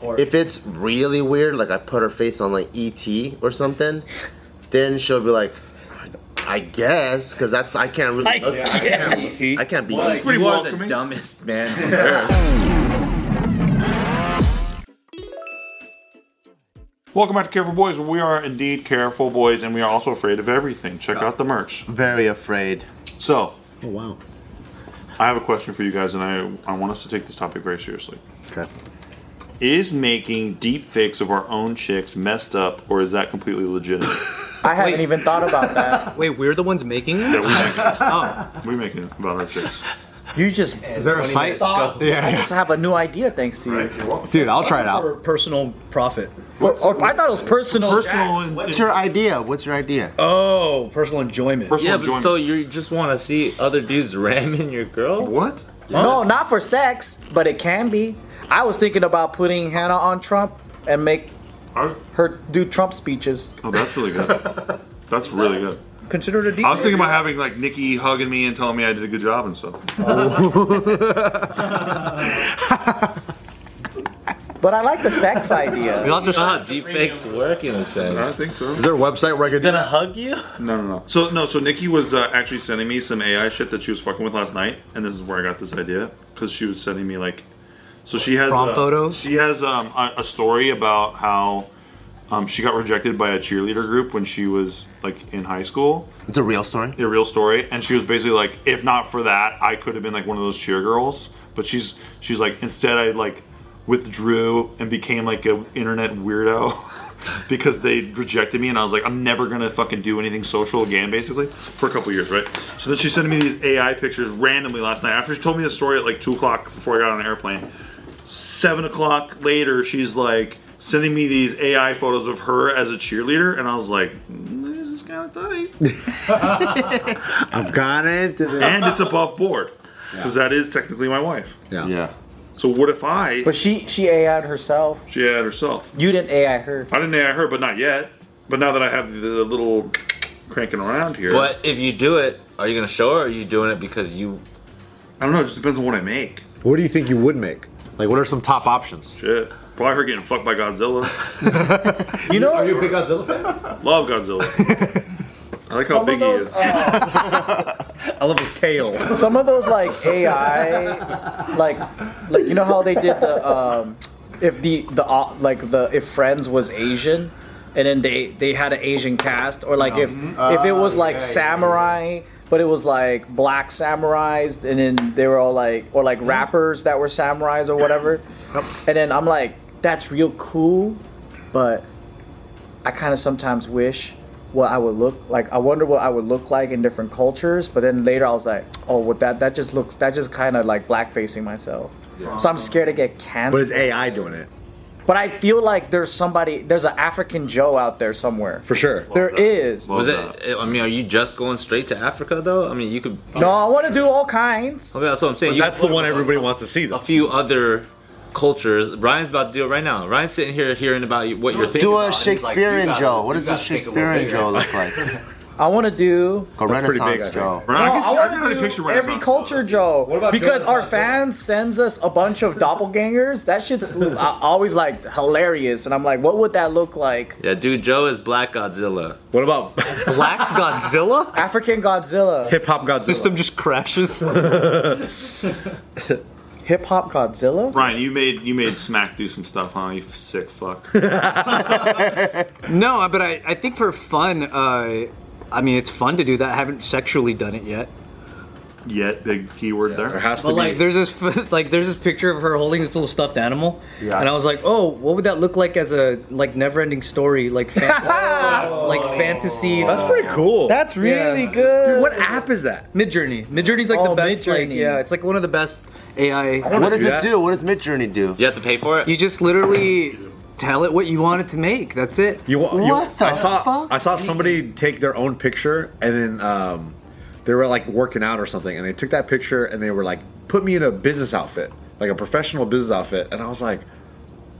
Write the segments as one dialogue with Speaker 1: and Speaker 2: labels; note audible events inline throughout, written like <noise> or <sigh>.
Speaker 1: Or
Speaker 2: If it's really weird, like I put her face on like ET or something, then she'll be like, I guess, because that's I can't really.
Speaker 3: I
Speaker 2: look- I, can't, I can't be. E
Speaker 1: Like-
Speaker 4: You
Speaker 3: pretty
Speaker 4: are the
Speaker 3: welcoming.
Speaker 4: dumbest man.
Speaker 3: Welcome back to Careful Boys. We are indeed careful boys, and we are also afraid of everything. Check out the merch.
Speaker 4: Very afraid.
Speaker 3: So,
Speaker 2: oh wow.
Speaker 3: I have a question for you guys, and I I want us to take this topic very seriously.
Speaker 2: Okay.
Speaker 3: Is making deep fakes of our own chicks messed up, or is that completely <laughs> legitimate?
Speaker 5: I haven't even thought about that.
Speaker 6: <laughs> Wait, we're the ones making it?
Speaker 3: that we make it.
Speaker 7: Oh.
Speaker 3: We make it about our chicks.
Speaker 5: You just
Speaker 8: Is there a site? Yeah,
Speaker 5: I just have a new idea thanks to you.
Speaker 3: Right? You're welcome.
Speaker 8: dude, I'll try it
Speaker 6: For
Speaker 8: out.
Speaker 6: personal profit.
Speaker 5: Or- or- oh, I thought it was personal.
Speaker 3: Personal, and,
Speaker 2: What's your idea? What's your idea?
Speaker 6: Oh, personal enjoyment.
Speaker 3: personal
Speaker 7: Yeah, but
Speaker 3: enjoyment.
Speaker 7: so you just want to see other dudes ramming your girl?
Speaker 3: what?
Speaker 5: No, not for sex, but it can be. I was thinking about putting Hannah on Trump and make
Speaker 3: I-
Speaker 5: her do Trump speeches.
Speaker 3: oh, that's really good. That's really good.
Speaker 6: Consider it a deep
Speaker 3: I was thinking about having like Nikki hugging me and telling me I did a good job and stuff.
Speaker 5: But I like the sex idea.
Speaker 8: <laughs> I'll just.
Speaker 7: Ah, deep fakes work in a sense.
Speaker 3: think so.
Speaker 8: Is there a website where I could?
Speaker 7: Gonna hug you?
Speaker 3: No, no, no. So no, so Nikki was uh, actually sending me some AI shit that she was fucking with last night, and this is where I got this idea because she was sending me like, so she has
Speaker 8: Prom
Speaker 3: uh,
Speaker 8: photos?
Speaker 3: She has um, a, a story about how um, she got rejected by a cheerleader group when she was like in high school.
Speaker 2: It's a real story.
Speaker 3: A real story, and she was basically like, if not for that, I could have been like one of those cheer girls. But she's she's like, instead, I like withdrew and became like a internet weirdo. <laughs> Because they rejected me, and I was like, I'm never gonna fucking do anything social again, basically, for a couple years, right? So then she sent me these AI pictures randomly last night. After she told me the story at like two o'clock before I got on an airplane, seven o'clock later, she's like sending me these AI photos of her as a cheerleader, and I was like, mm, this is kind of tight
Speaker 2: I've gone into the.
Speaker 3: and it's above board because that is technically my wife.
Speaker 8: Yeah.
Speaker 3: So what if I?
Speaker 5: But she she AI'd herself.
Speaker 3: she had herself.
Speaker 5: You didn't AI her.
Speaker 3: I didn't AI her, but not yet. But now that I have the little cranking around here,
Speaker 7: But if you do it, are you gonna show her? Or are you doing it because you?
Speaker 3: I don't know. It just depends on what I make.
Speaker 8: What do you think you would make? Like, what are some top options?
Speaker 3: Shit. Probably her getting fucked by
Speaker 8: <laughs>
Speaker 3: Godzilla.
Speaker 5: You know,
Speaker 8: a big Godzilla fan?
Speaker 3: Love
Speaker 8: <laughs>
Speaker 3: Godzilla. I like how
Speaker 5: Some
Speaker 6: E
Speaker 5: of
Speaker 3: big he
Speaker 5: those
Speaker 3: is.
Speaker 6: I love his tail.
Speaker 5: some of those like AI, like like you know how they did the um, if the the au- like the if Friends was Asian, and then they they had an Asian cast, or like if if it was like
Speaker 8: Mm-hmm. Ah, yeah, yeah, yeah.
Speaker 5: samurai. But it was like black samurais, and then they were all like, or
Speaker 8: Mm-hmm.
Speaker 5: like rappers that were samurais or whatever. And then I'm like, that's real cool, but I kind of sometimes wish what I would look like. I wonder what I would look like in different cultures. But then later I was like, oh, well, that that just looks that just kind of like blackfacing myself. So I'm scared to get
Speaker 8: But is
Speaker 5: canceled.
Speaker 8: AI doing it?
Speaker 5: But I feel like there's somebody, there's an African Joe out there somewhere.
Speaker 8: For sure.
Speaker 5: There is.
Speaker 7: Was it? I mean, are you just going straight to Africa though? I mean, you could.
Speaker 5: No, I want to do all kinds.
Speaker 7: I mean, that's what I'm saying. You
Speaker 8: That's
Speaker 7: could
Speaker 8: the
Speaker 7: put
Speaker 8: one
Speaker 7: a-
Speaker 8: everybody wants to see, though.
Speaker 7: A few other cultures. Ryan's about to do it right now. Ryan's sitting here hearing about you- what you're thinking.
Speaker 2: Do
Speaker 7: about,
Speaker 2: a
Speaker 7: and he's like,
Speaker 2: Shakespearean
Speaker 7: "You gotta-
Speaker 2: Joe.
Speaker 7: you
Speaker 2: What does a
Speaker 7: gotta think little
Speaker 2: Shakespearean
Speaker 7: bigger."
Speaker 2: Joe look like?
Speaker 5: I want to do.
Speaker 2: A
Speaker 8: pretty big, I
Speaker 2: Renaissance
Speaker 8: think.
Speaker 2: Joe.
Speaker 3: Right, I
Speaker 5: No,
Speaker 3: can, see, I
Speaker 5: wanna
Speaker 3: can already
Speaker 5: do
Speaker 3: picture
Speaker 5: every
Speaker 3: Renaissance.
Speaker 5: culture Joe
Speaker 6: about
Speaker 5: because
Speaker 6: Joe's
Speaker 5: our
Speaker 6: not there?
Speaker 5: fans sends us a bunch of doppelgangers. That shit's <laughs> uh, always like hilarious, and I'm like, what would that look like?
Speaker 7: Yeah, dude, Joe is Black Godzilla.
Speaker 6: What about Black Godzilla?
Speaker 5: African Godzilla.
Speaker 6: Hip hop <laughs> Godzilla.
Speaker 8: System just crashes.
Speaker 5: Hip hop Godzilla?
Speaker 3: Ryan, you made you made Smack do some stuff, huh? You f- sick
Speaker 8: <laughs>
Speaker 3: fuck.
Speaker 6: No, but I, I think for fun, uh, I mean, it's fun to do that. I haven't sexually done it yet.
Speaker 3: Yet big keyword there.
Speaker 8: has
Speaker 6: But like, there's this <laughs> like there's this picture of her holding this little stuffed animal,
Speaker 3: Yeah.
Speaker 6: and I was like, oh, what would that look like as a like never-ending story, like <laughs> fantasy, like fantasy.
Speaker 8: That's pretty cool.
Speaker 5: That's really
Speaker 6: Yeah.
Speaker 5: good.
Speaker 6: What app is that? Midjourney. Midjourney's like
Speaker 5: Oh,
Speaker 6: the best. Like,
Speaker 5: Midjourney.
Speaker 6: yeah, it's like one of the best AI.
Speaker 2: What does
Speaker 8: do
Speaker 2: it
Speaker 8: that.
Speaker 2: do? What does Midjourney do?
Speaker 7: Do you have to pay for it?
Speaker 6: You just literally tell it what you want it to make. That's it.
Speaker 8: You, wa- you,
Speaker 2: What the
Speaker 8: I saw
Speaker 2: fuck?
Speaker 8: I saw somebody take their own picture and then um, they were like working out or something and they took that picture and they were like put me in a business outfit like a professional business outfit and I was like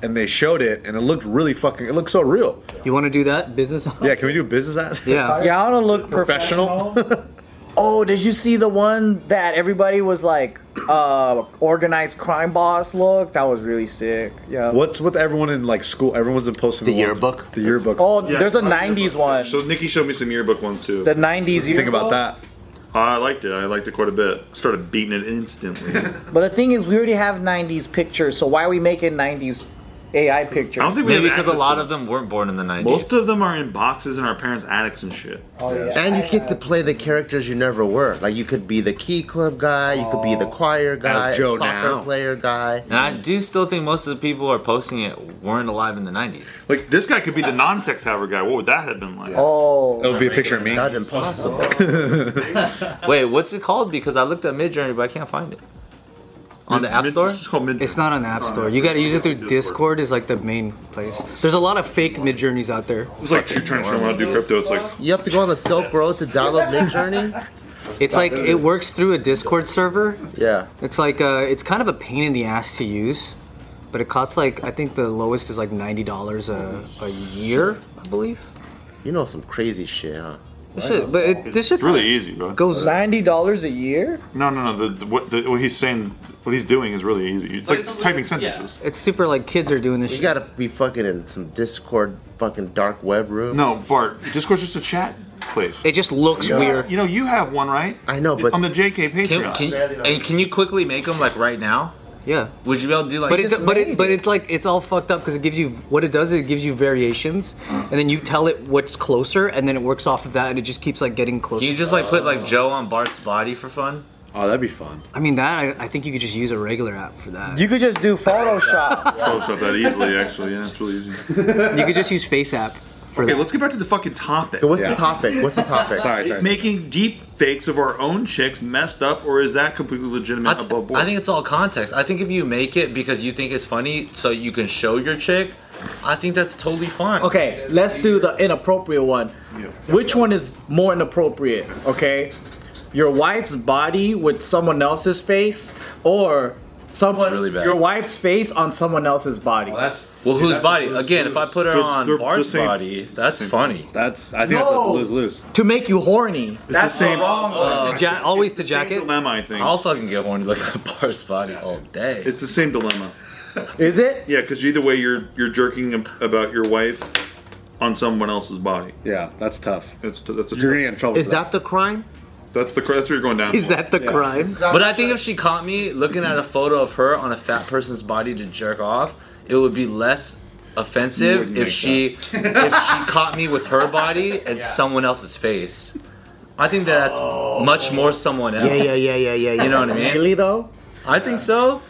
Speaker 8: and they showed it and it looked really fucking it looked so real
Speaker 6: You want to do that business? <laughs>
Speaker 8: yeah can we do business outfit
Speaker 6: Yeah.
Speaker 5: Yeah, I want to look professional.
Speaker 8: professional
Speaker 5: Oh, did you see the one that everybody was like, uh, organized crime boss look. That was really sick. Yeah.
Speaker 8: What's with everyone in like school? Everyone's been posting
Speaker 4: The
Speaker 8: one-
Speaker 4: yearbook?
Speaker 8: The yearbook.
Speaker 5: Oh,
Speaker 3: Yeah,
Speaker 5: there's a
Speaker 3: I have
Speaker 5: '90s
Speaker 3: yearbook.
Speaker 5: one.
Speaker 3: So Nikki showed me some yearbook ones too.
Speaker 5: the '90s.
Speaker 8: think
Speaker 5: yearbook.
Speaker 8: about that.
Speaker 3: I liked it. I liked it quite a bit. Started beating it instantly. I
Speaker 5: But the thing is, we already have '90s pictures, so why are we making '90s AI pictures?
Speaker 3: don't think we
Speaker 7: Maybe
Speaker 3: have
Speaker 7: because a
Speaker 3: access
Speaker 7: lot
Speaker 3: to
Speaker 7: of them weren't born in the 90s.
Speaker 3: Most of them are in boxes in our parents' attics and shit.
Speaker 5: oh, yeah.
Speaker 2: And you get to play the characters you never were. Like you could be the key club guy, you could be the choir guy,
Speaker 8: Joe
Speaker 2: soccer
Speaker 8: now.
Speaker 2: player guy.
Speaker 7: and I do still think most of the people who are posting it weren't alive in the 90s.
Speaker 3: Like this guy could be the non-sex haver guy. What would that have been like?
Speaker 5: Oh,
Speaker 8: It would be a picture of me.
Speaker 2: That's impossible.
Speaker 7: Wait, what's it called? Because I looked at Midjourney, but I can't find it. On the App
Speaker 3: Mid-
Speaker 7: Store?
Speaker 3: It's called mid-
Speaker 6: It's not on the App
Speaker 3: on
Speaker 6: Store.
Speaker 3: App
Speaker 6: You gotta
Speaker 3: Store.
Speaker 6: use it through
Speaker 3: Discord.
Speaker 6: Discord. Is like the main place. There's a lot of fake mid journeys out there.
Speaker 3: It's like you trying to show him how to do crypto. It's like
Speaker 2: You have to go on the Silk Road to download Midjourney.
Speaker 6: It's like it works through a Discord server.
Speaker 2: Yeah.
Speaker 6: It's like uh, it's kind of a pain in the ass to use, but it costs like I think the lowest is like ninety dollars a a year, I believe.
Speaker 2: You know some crazy shit, huh?
Speaker 6: This shit, but it, this shit
Speaker 3: it's really easy, bro.
Speaker 6: goes.
Speaker 5: ninety dollars a year.
Speaker 3: No, no, no. The, the, what, the, what he's saying, what he's doing is really easy. It's like typing sentences.
Speaker 6: It's super like kids are doing this
Speaker 2: You
Speaker 6: shit.
Speaker 2: gotta be fucking in some Discord fucking dark web room.
Speaker 3: No, Bart. Discord's just a chat place. Uh,
Speaker 6: it just looks weird.
Speaker 3: you know, you have one, right?
Speaker 2: I know,
Speaker 3: It's
Speaker 2: but-
Speaker 3: on the JK Patreon.
Speaker 7: Can, can, and can you quickly make them like right now?
Speaker 6: Yeah.
Speaker 7: Would you be able to do like
Speaker 6: But it,
Speaker 5: just
Speaker 6: do- but
Speaker 5: made
Speaker 6: it, but
Speaker 5: it.
Speaker 6: it's like it's all fucked up because it gives you what it does is it gives you variations and then you tell it what's closer and then it works off of that and it just keeps like getting closer.
Speaker 7: Can you just like put like Joe on Bart's body for fun?
Speaker 8: Oh, that'd be fun.
Speaker 6: I mean that I, I think you could just use a regular app for that.
Speaker 5: You could just do Photoshop.
Speaker 3: Photoshop that easily, actually. Yeah, it's really easy.
Speaker 6: you could just use Face app
Speaker 3: <laughs>
Speaker 6: for
Speaker 3: Okay,
Speaker 6: that.
Speaker 3: let's get back to the fucking topic.
Speaker 2: What's
Speaker 8: Yeah.
Speaker 2: the topic? What's the topic?
Speaker 8: Sorry,
Speaker 3: Is
Speaker 8: sorry.
Speaker 3: making deep fakes of our own chicks messed up, or is that completely legitimate
Speaker 7: I, th-
Speaker 3: above board?
Speaker 7: I think it's all context. I think if you make it because you think it's funny, so you can show your chick, I think that's totally
Speaker 5: <laughs>
Speaker 7: fine.
Speaker 5: Okay, let's do the inappropriate one. Which one is more inappropriate? Okay, your wife's body with someone else's face, or someone
Speaker 7: really bad.
Speaker 5: your wife's face on someone else's body.
Speaker 4: That's
Speaker 7: Well, whose body? Again, if I put her
Speaker 3: They're-
Speaker 7: on
Speaker 3: they're the
Speaker 7: Bart's
Speaker 3: same-
Speaker 7: body, that's funny.
Speaker 8: That's I
Speaker 5: No!
Speaker 8: think that's a lose lose.
Speaker 5: to make you horny.
Speaker 3: that's the same. Wrong
Speaker 6: To ja- always to
Speaker 3: same
Speaker 6: jacket.
Speaker 3: dilemma, I think.
Speaker 7: I'll fucking get horny looking at Bart's body all day.
Speaker 3: it's the same dilemma.
Speaker 5: Is it?
Speaker 3: Yeah, because either way, you're you're jerking ab- about your wife on someone else's body.
Speaker 8: Yeah, that's tough.
Speaker 3: It's t- that's a
Speaker 8: You're gonna get in trouble.
Speaker 2: Is
Speaker 8: for
Speaker 2: that the crime?
Speaker 3: that's the cr- that's where you're going down.
Speaker 6: <laughs> Is
Speaker 3: for.
Speaker 6: that the crime?
Speaker 7: But I think if she caught me looking at a photo of her on a fat person's body to jerk off, it would be less offensive if she <laughs> if she caught me with her body and someone else's face. I think that's much more someone else.
Speaker 2: Yeah, yeah, yeah, yeah, yeah. yeah.
Speaker 7: You know what I mean?
Speaker 5: Really though?
Speaker 7: I think so.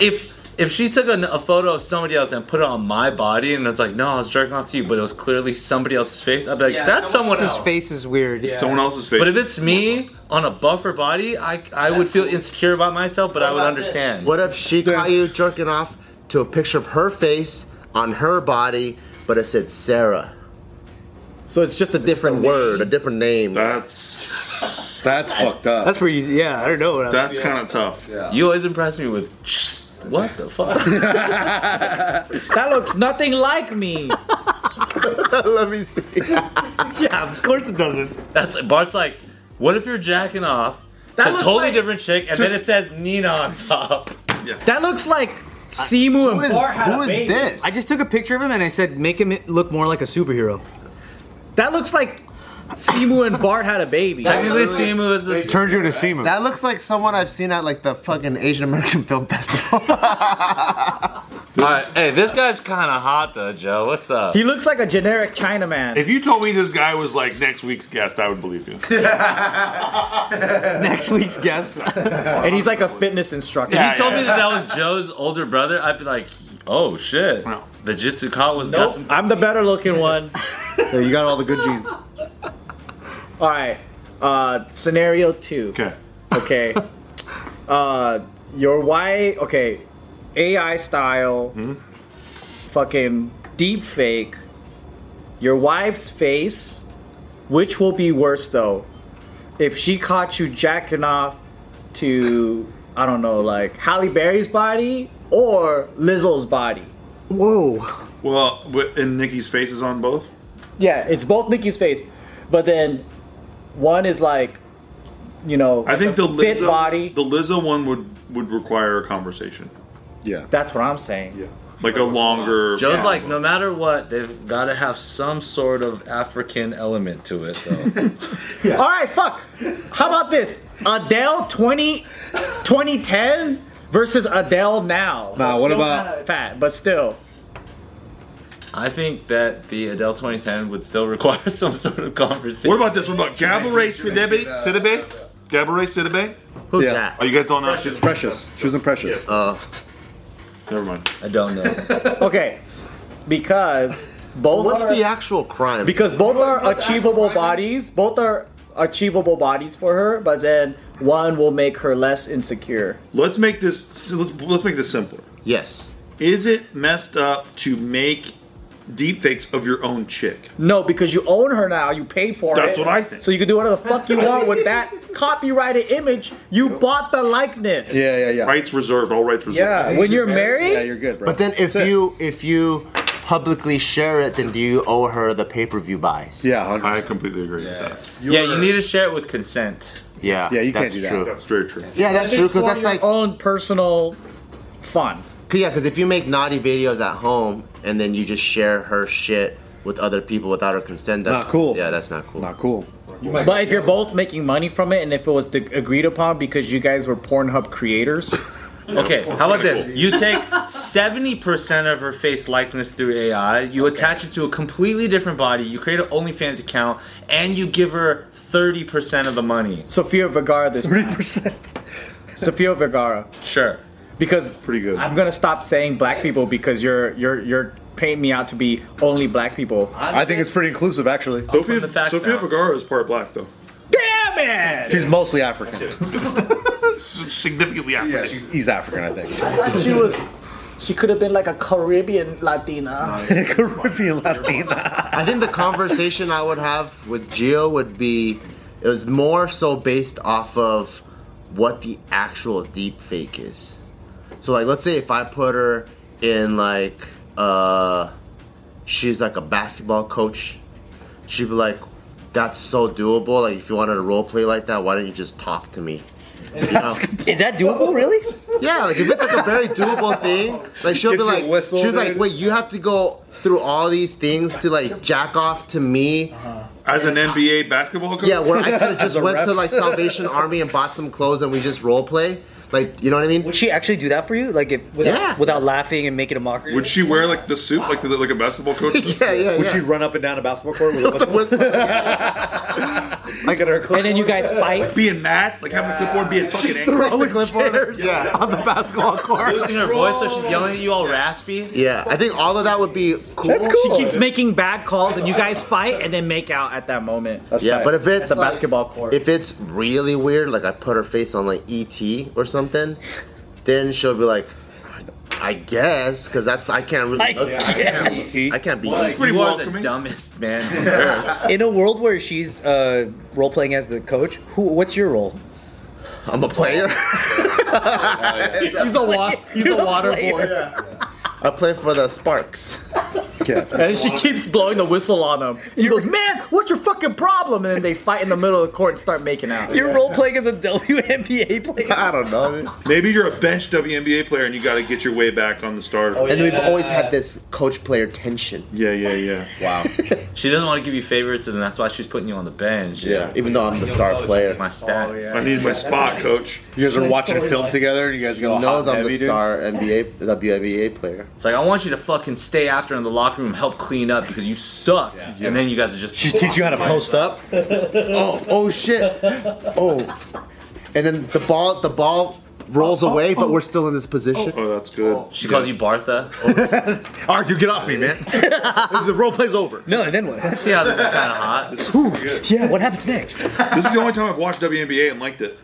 Speaker 7: if if she took a, a photo of somebody else and put it on my body and it's like, no, I was jerking off to you, but it was clearly somebody else's face, I'd be like, that's someone,
Speaker 6: His
Speaker 7: else's face.
Speaker 6: face is weird.
Speaker 3: someone else's face.
Speaker 7: But if it's me on a buffer body, I I would feel insecure about myself, but I would understand.
Speaker 2: What if she caught you jerking off to a picture of her face on her body, but it said Sarah?
Speaker 5: So it's just a different
Speaker 2: Word, a different name.
Speaker 3: <laughs> that's
Speaker 8: that. that's fucked up.
Speaker 6: That's where you. Yeah, I don't know. What
Speaker 3: that's kind of tough.
Speaker 7: You always impress me with what the
Speaker 2: <laughs>
Speaker 7: fuck? <laughs>
Speaker 5: That looks nothing like me.
Speaker 2: Let <laughs> me see.
Speaker 6: yeah, of course it doesn't.
Speaker 7: That's Bart's like, what if you're jacking off?
Speaker 5: That
Speaker 7: to a
Speaker 5: looks
Speaker 7: totally
Speaker 5: like-
Speaker 7: different chick, and then it says Nina
Speaker 5: <laughs>
Speaker 7: on top.
Speaker 5: That looks like Simu
Speaker 2: Who
Speaker 5: and
Speaker 2: is,
Speaker 5: Bart had
Speaker 2: who
Speaker 5: a
Speaker 2: is
Speaker 5: baby.
Speaker 2: this?
Speaker 6: I just took a picture of him and I said, make him look more like a <laughs> superhero.
Speaker 5: That looks like Simu and Bart had a baby.
Speaker 7: Technically, Simu is a
Speaker 8: turns you into Seaman.
Speaker 2: that looks like someone I've seen at like the fucking Asian American <laughs> Film Festival.
Speaker 7: Alright, hey, this guy's kind of hot though, Joe. What's up?
Speaker 5: He looks like a generic Chinaman.
Speaker 3: If you told me this guy was like next week's guest, I would believe you.
Speaker 6: Next week's guest.
Speaker 5: And he's like a fitness instructor.
Speaker 3: Yeah.
Speaker 7: If you told me that that was Joe's older brother, I'd be like, oh shit.
Speaker 3: No.
Speaker 7: The Jitsu Kawa's was got
Speaker 5: Nope,
Speaker 7: some.
Speaker 5: I'm the better looking one.
Speaker 8: you got all the good genes.
Speaker 5: All right. Uh, scenario two.
Speaker 3: <laughs> Okay.
Speaker 5: Okay. uh, your wife. Okay. AI style. Fucking deep fake. Your wife's face. Which will be worse though? If she caught you jacking off to, I don't know, like Halle Berry's body or Lizzo's body.
Speaker 6: Whoa.
Speaker 3: Well, wi- and Nikki's face is on both.
Speaker 5: Yeah, it's both Nikki's face, but then one is like you know,
Speaker 3: I think the
Speaker 5: fit
Speaker 3: Lizzo,
Speaker 5: body.
Speaker 3: the Lizzo one would would require a conversation.
Speaker 8: Yeah.
Speaker 5: That's what I'm saying.
Speaker 3: Like a longer.
Speaker 7: Joe's like, no matter what, they've got to have some sort of African element to it,
Speaker 3: <laughs>
Speaker 7: though.
Speaker 5: All right, fuck. How about this? Adele 20, 2010 versus Adele now.
Speaker 8: Nah, what
Speaker 5: Still
Speaker 8: about-
Speaker 5: kinda fat? But still,
Speaker 7: I think that the Adele 2010 would still require <laughs> some sort of conversation.
Speaker 3: What about this? What about Gabourey Sidibe? Sidibe? Gabourey Sidibe?
Speaker 2: Who's
Speaker 8: Yeah.
Speaker 3: Are
Speaker 2: that?
Speaker 3: you guys on that shit?
Speaker 8: Precious. She was in Precious.
Speaker 3: Never mind.
Speaker 7: I don't know.
Speaker 5: okay, because both
Speaker 2: What's
Speaker 5: are,
Speaker 2: the actual crime?
Speaker 5: because both are achievable bodies. Both are achievable bodies for her, but then one will make her less insecure.
Speaker 3: Let's make this. Let's let's make this simpler.
Speaker 2: yes.
Speaker 3: Is it messed up to make deepfakes of your own chick?
Speaker 5: No, because you own her now. You paid for it.
Speaker 3: That's what I think.
Speaker 5: So you can do whatever the fuck you want with that copyrighted image. You bought the likeness.
Speaker 8: Yeah, yeah, yeah.
Speaker 3: Rights reserved. All rights reserved.
Speaker 5: Yeah, when you're married,
Speaker 8: Yeah, you're good, bro.
Speaker 2: But then if
Speaker 8: That's it.
Speaker 2: you if you publicly share it, then do you owe her the pay per view buys?
Speaker 8: Yeah, hun-
Speaker 3: I completely agree with that.
Speaker 7: yeah, you need to share it with consent.
Speaker 2: Yeah.
Speaker 8: Yeah, you can't
Speaker 2: that's
Speaker 8: do that.
Speaker 2: true.
Speaker 3: That's very true.
Speaker 2: Yeah, that's true because that's like
Speaker 5: your own personal fun.
Speaker 2: yeah, because if you make naughty videos at home and then you just share her shit with other people without her consent, that's
Speaker 8: Not cool.
Speaker 2: Yeah, that's not cool.
Speaker 8: not cool.
Speaker 5: But if you're both making money from it, and if it was de- agreed upon because you guys were Pornhub creators,
Speaker 7: Okay, how about
Speaker 3: kinda
Speaker 7: this?
Speaker 3: cool.
Speaker 7: You take
Speaker 3: <laughs>
Speaker 7: 70% of her face likeness through AI, you attach it to a completely different body, you create an OnlyFans account, and you give her 30% of the money.
Speaker 5: Sofia Vergara this
Speaker 8: Three
Speaker 5: time.
Speaker 8: percent.
Speaker 5: <laughs> Sofia Vergara,
Speaker 7: Sure.
Speaker 5: because
Speaker 3: Pretty good.
Speaker 5: I'm gonna stop saying black people because you're you're you're painting me out to be only black people.
Speaker 8: I think it's pretty inclusive, actually.
Speaker 3: Sophia,
Speaker 7: the facts
Speaker 3: Sophia
Speaker 7: now.
Speaker 3: Vergara is part black though.
Speaker 5: Damn it!
Speaker 8: She's mostly African.
Speaker 3: Significantly African.
Speaker 8: Yeah, she's, he's African, I think.
Speaker 5: she was. She could have been like a Caribbean Latina.
Speaker 8: <laughs> Caribbean Latina.
Speaker 2: I think the conversation I would have with Gio would be it was more so based off of what the actual deep fake is. So like let's say if I put her in like uh she's like a basketball coach, she'd be like, That's so doable, like if you wanted to role play like that, why don't you just talk to me?
Speaker 6: Is that doable, really?
Speaker 2: Yeah, like if it's like a very doable thing, like she'll
Speaker 8: Gives
Speaker 2: be
Speaker 8: you a
Speaker 2: like,
Speaker 8: whistle,
Speaker 2: she's like,
Speaker 8: dude.
Speaker 2: wait, you have to go through all these things to like jack off to me.
Speaker 3: As an NBA basketball coach.
Speaker 2: Yeah, where <laughs> I could have just
Speaker 8: a
Speaker 2: went to
Speaker 8: ref.
Speaker 2: like Salvation Army and bought some clothes and we just role play. Like, you know what I <laughs> mean?
Speaker 6: Would she actually do that for you? Like, if without,
Speaker 2: Yeah.
Speaker 6: without laughing and making a mockery?
Speaker 3: Would she wear like the suit like the, like a basketball coach?
Speaker 2: <laughs> Yeah, yeah,
Speaker 8: Would
Speaker 2: yeah.
Speaker 8: she run up and down a basketball court with
Speaker 2: <laughs>
Speaker 8: a
Speaker 2: With the
Speaker 8: whistle?
Speaker 2: whistle.
Speaker 8: <laughs> Like at her
Speaker 6: and then you guys <laughs> fight?
Speaker 3: Being mad, like having a clipboard, being fucking angry.
Speaker 2: the clipboard yeah. <laughs> on the basketball court.
Speaker 7: Losing her voice, so she's yelling at you all raspy.
Speaker 2: Yeah, I think all of that would be cool.
Speaker 5: She keeps making bad calls, and you guys fight, and then make out at that moment.
Speaker 2: Yeah, but if it's
Speaker 5: It's a basketball court.
Speaker 2: if it's really weird, like I put her face on like ET or something, then she'll be like, I guess, because that's I can't really. I can't be.
Speaker 3: It's pretty
Speaker 7: you are the
Speaker 3: welcoming.
Speaker 7: dumbest man.
Speaker 6: In a world where she's uh, role playing as the coach, who? What's your role?
Speaker 2: I'm a player.
Speaker 5: he's the water. He's the water boy.
Speaker 2: I play for the Sparks.
Speaker 6: <laughs>
Speaker 5: And she keeps blowing the whistle on him. And he goes, "Man, what's your fucking problem?" And then they fight in the middle of the court and start making out.
Speaker 6: Your role playing as a WNBA
Speaker 2: <laughs>
Speaker 6: player. <laughs>
Speaker 2: I don't know.
Speaker 3: Maybe you're a bench WNBA player and you got to get your way back on the starter.
Speaker 8: Oh,
Speaker 2: And we've always had this coach-player tension.
Speaker 3: yeah, yeah, yeah.
Speaker 7: she doesn't want to give you favoritism, that's why she's putting you on the bench.
Speaker 2: Yeah, even though I'm the star player.
Speaker 7: My
Speaker 6: Oh,
Speaker 7: stats.
Speaker 3: I need my spot, coach.
Speaker 8: You guys are watching a film together, and you guys get all hot
Speaker 2: Knows
Speaker 8: and
Speaker 2: I'm
Speaker 8: heavy,
Speaker 2: the
Speaker 8: dude.
Speaker 2: star NBA WNBA player.
Speaker 7: It's like, I want you to fucking stay after in the locker room, help clean up because you suck. And then you guys are just.
Speaker 8: She's teaching you how to post up.
Speaker 2: Oh, oh shit. Oh. And then the ball the ball rolls away, but we're still in this position.
Speaker 3: Oh, that's good.
Speaker 7: She calls you
Speaker 8: <laughs>
Speaker 7: Bartha.
Speaker 8: Ark, you get off
Speaker 7: <laughs>
Speaker 8: me, man. the role play's over.
Speaker 6: No, and then what?
Speaker 7: See how this is kind of hot?
Speaker 6: Yeah, what happens next?
Speaker 3: This is the only time I've watched WNBA and liked
Speaker 8: <laughs>
Speaker 3: it.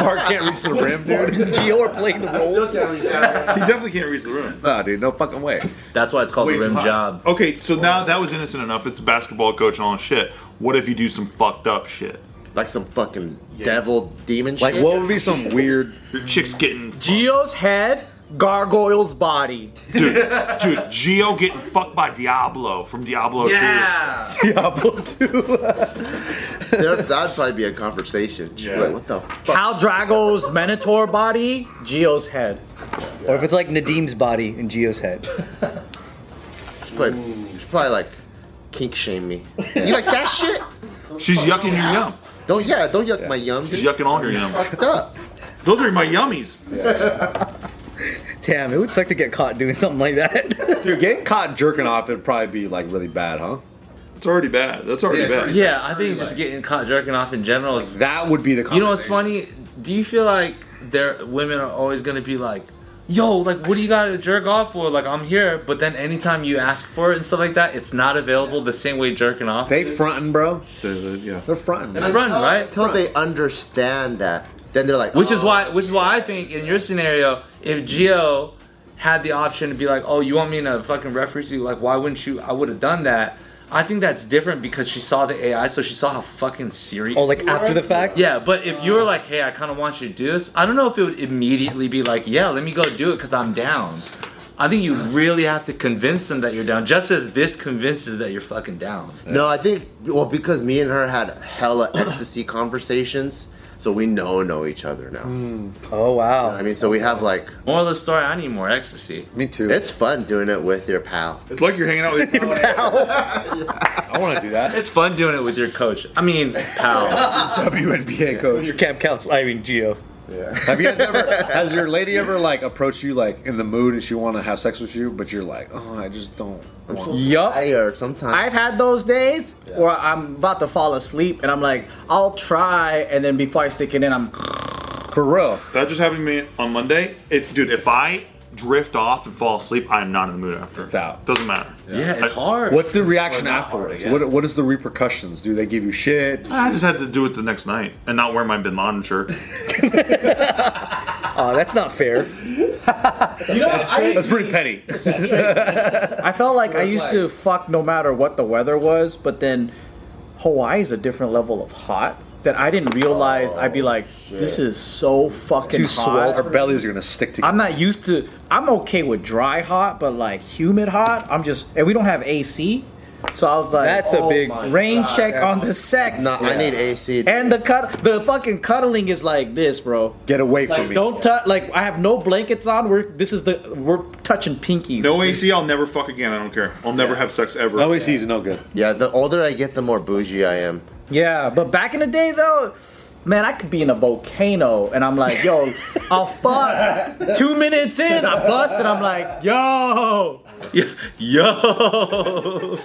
Speaker 8: Ark can't reach the rim, dude.
Speaker 6: Gio are playing
Speaker 8: <laughs>
Speaker 6: the roles.
Speaker 3: He definitely can't reach the room.
Speaker 8: Nah, dude, no fucking way. Oh,
Speaker 7: That's why it's called the rim job.
Speaker 3: Okay, so now that was innocent enough. It's a basketball coach and all that shit. What if you do some fucked up shit?
Speaker 2: Like some fucking devil demon
Speaker 8: Like,
Speaker 2: shit.
Speaker 8: what would be some weird?
Speaker 3: Your chick's getting.
Speaker 5: Geo's head Gargoyle's body.
Speaker 3: dude, dude, Gio getting fucked by Diablo from Diablo 2.
Speaker 8: Diablo 2.
Speaker 2: There, that'd probably be a conversation. She'd be
Speaker 3: Yeah.
Speaker 2: Like, what the fuck?
Speaker 5: Cal Drago's Minotaur body, Geo's head.
Speaker 6: Or if it's like Nadim's body and Geo's head.
Speaker 2: She's probably, she's probably like kink shame me. You like that shit?
Speaker 3: She's yucking your yum.
Speaker 2: Don't yeah, don't yuck my yum.
Speaker 3: She's
Speaker 2: Dude.
Speaker 3: yucking all your yum.
Speaker 2: Fucked up.
Speaker 3: Those are my yummies.
Speaker 6: Damn, it would suck to get caught doing something like that. <laughs>
Speaker 8: Dude, getting caught jerking off would probably be like really bad, huh?
Speaker 3: It's already bad. That's already
Speaker 8: Yeah,
Speaker 3: bad.
Speaker 7: Yeah, I think just getting caught jerking off in general is.
Speaker 8: That would be the.
Speaker 7: You know what's
Speaker 8: conversation.
Speaker 7: funny? Do you feel like there women are always gonna be like, "Yo, like, what do you gotta jerk off for? Like, I'm here." But then anytime you ask for it and stuff like that, it's not available the same way jerking off.
Speaker 8: They fronting, bro.
Speaker 3: There's a- yeah.
Speaker 8: They're fronting.
Speaker 7: It's run, right?
Speaker 2: Until they understand that, then they're like,
Speaker 7: Which is
Speaker 2: "Oh,
Speaker 7: why, which is why I think in your scenario, if Gio had the option to be like, "Oh, you want me to fucking reference you? Like, why wouldn't you? I would have done that." I think that's different because she saw the AI, so she saw how fucking serious.
Speaker 6: oh, like after the fact?
Speaker 7: Yeah, but if you were like, "Hey, I kind of want you to do this," I don't know if it would immediately be like, "Yeah, let me go do it because I'm down." I think you really have to convince them that you're down, just as this convinces that you're fucking down.
Speaker 2: No, I think well because me and her had <coughs> hella ecstasy conversations, so we know know each other now.
Speaker 6: Oh,
Speaker 2: I
Speaker 6: wow.
Speaker 2: mean, so we have like
Speaker 7: Moral of the story: I need more ecstasy.
Speaker 8: Me too.
Speaker 2: it's fun doing it with your pal.
Speaker 3: It's like you're hanging out <laughs> with your
Speaker 8: I want to do that.
Speaker 7: It's fun doing it with your coach. I
Speaker 3: <laughs>
Speaker 7: mean, <laughs> pal.
Speaker 8: WNBA coach.
Speaker 6: Your camp counts, I mean, Geo.
Speaker 8: Have you guys ever? Has your lady ever like approached you like in the mood and she want to have sex with you, but you're like, oh, I just don't. want
Speaker 5: Yup.
Speaker 2: Tired uh, sometimes.
Speaker 5: I've had those days where I'm about to fall asleep and I'm like, I'll try, and then before I stick it in, I'm
Speaker 8: For real.
Speaker 3: That just happened to me on Monday. If dude, if I drift off and fall asleep, I am not in the mood after.
Speaker 8: It's out.
Speaker 3: Doesn't matter.
Speaker 7: yeah, it's
Speaker 3: I-
Speaker 7: hard.
Speaker 8: What's the reaction
Speaker 3: Or not
Speaker 8: afterwards?
Speaker 3: hard, I
Speaker 8: What What is the repercussions? Do they give you shit?
Speaker 3: I just had to do it the next night and not wear my Bin Laden shirt.
Speaker 6: Oh, that's not fair.
Speaker 5: You know, I,
Speaker 8: That's pretty petty.
Speaker 5: I felt like I used to fuck no matter what the weather was, but then Hawaii is a different level of hot that I didn't realize. I'd be like, this is so fucking
Speaker 8: Too
Speaker 5: hot.
Speaker 8: swelled. Our bellies are gonna stick together.
Speaker 5: I'm not used to. I'm okay with dry hot, but like humid hot, I'm just. And we don't have AC, so I was like,
Speaker 6: That's a
Speaker 5: oh,
Speaker 6: big-
Speaker 5: my rain
Speaker 6: God,
Speaker 5: check
Speaker 6: that's-
Speaker 5: on the sex.
Speaker 2: No, I need AC.
Speaker 5: And the cut, the fucking cuddling is like this, bro.
Speaker 8: Get away from
Speaker 5: Like
Speaker 8: me.
Speaker 5: don't touch. Like I have no blankets on. We're this is the we're touching pinkies.
Speaker 3: <laughs> No AC, I'll never fuck again. I don't care. I'll never have sex ever.
Speaker 8: No AC is no good.
Speaker 2: yeah, the older I get, the more bougie I am.
Speaker 5: Yeah, but back in the day though, man, I could be in a volcano and I'm like, yo, I'll fuck. Two minutes in, I bust and I'm like, yo,
Speaker 7: Yo,
Speaker 3: <laughs>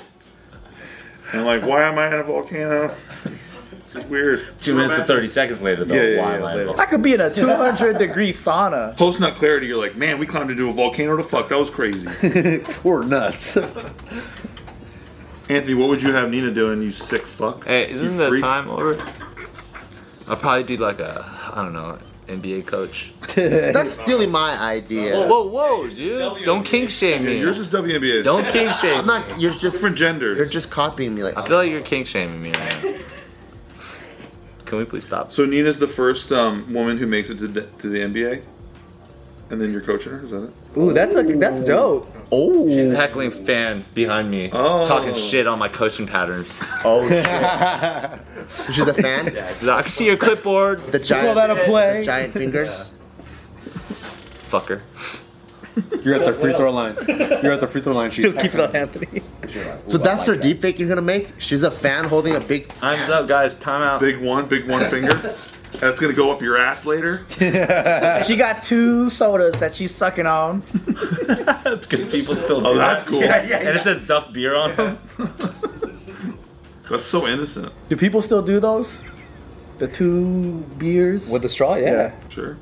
Speaker 3: I'm like, why am I in a volcano? This is weird.
Speaker 7: two minutes and thirty seconds later, though.
Speaker 3: Yeah, yeah,
Speaker 7: why
Speaker 3: yeah,
Speaker 7: am I
Speaker 3: later.
Speaker 7: involved?
Speaker 5: I could be in a 200 degree sauna.
Speaker 3: Post nut clarity, you're like, man, we climbed into a volcano to fuck. That was crazy.
Speaker 8: We're nuts. <laughs>
Speaker 3: Anthony, what would you have Nina doing, you sick fuck?
Speaker 7: Hey, isn't
Speaker 3: You
Speaker 7: the
Speaker 3: freak.
Speaker 7: time over? I'll probably do like a, I don't know, NBA coach.
Speaker 2: That's stealing my idea.
Speaker 7: Whoa, whoa, whoa, dude! Don't kink shame
Speaker 3: Yeah,
Speaker 7: me.
Speaker 3: yours is WNBA.
Speaker 7: Don't kink
Speaker 3: <laughs>
Speaker 7: shame.
Speaker 2: I'm
Speaker 7: me.
Speaker 2: not. You're just
Speaker 3: different
Speaker 2: you're
Speaker 3: gender.
Speaker 2: just copying me. Like
Speaker 7: I feel like you're kink shaming me right now. <laughs> Can we please stop?
Speaker 3: So Nina's the first um, woman who makes it to the, to the NBA, and then you're coaching her. Is that it?
Speaker 6: Ooh, that's a, that's dope. <laughs>
Speaker 2: oh,
Speaker 7: She's a heckling fan behind me,
Speaker 3: Oh.
Speaker 7: talking shit on my coaching patterns.
Speaker 2: oh shit. <laughs> So she's a fan.
Speaker 7: I can see your clipboard,
Speaker 2: The giant,
Speaker 8: that a play?
Speaker 2: The giant fingers.
Speaker 7: fucker.
Speaker 8: You're at the free throw line. You're at the free
Speaker 5: <laughs>
Speaker 8: throw line. She's
Speaker 6: Still keep it on Anthony.
Speaker 2: So that's her deep fake you're gonna make. She's a fan holding a big.
Speaker 7: Time's up, guys. Time out.
Speaker 3: Big one, big
Speaker 7: <laughs>
Speaker 3: one finger. That's gonna go up your ass later.
Speaker 5: She got two sodas that she's sucking on.
Speaker 7: People still do
Speaker 3: Oh, that's
Speaker 7: that.
Speaker 3: cool.
Speaker 7: And it says Duff beer on them.
Speaker 3: That's so innocent.
Speaker 5: Do people still do those? The two beers?
Speaker 6: With the straw, yeah.
Speaker 3: Sure.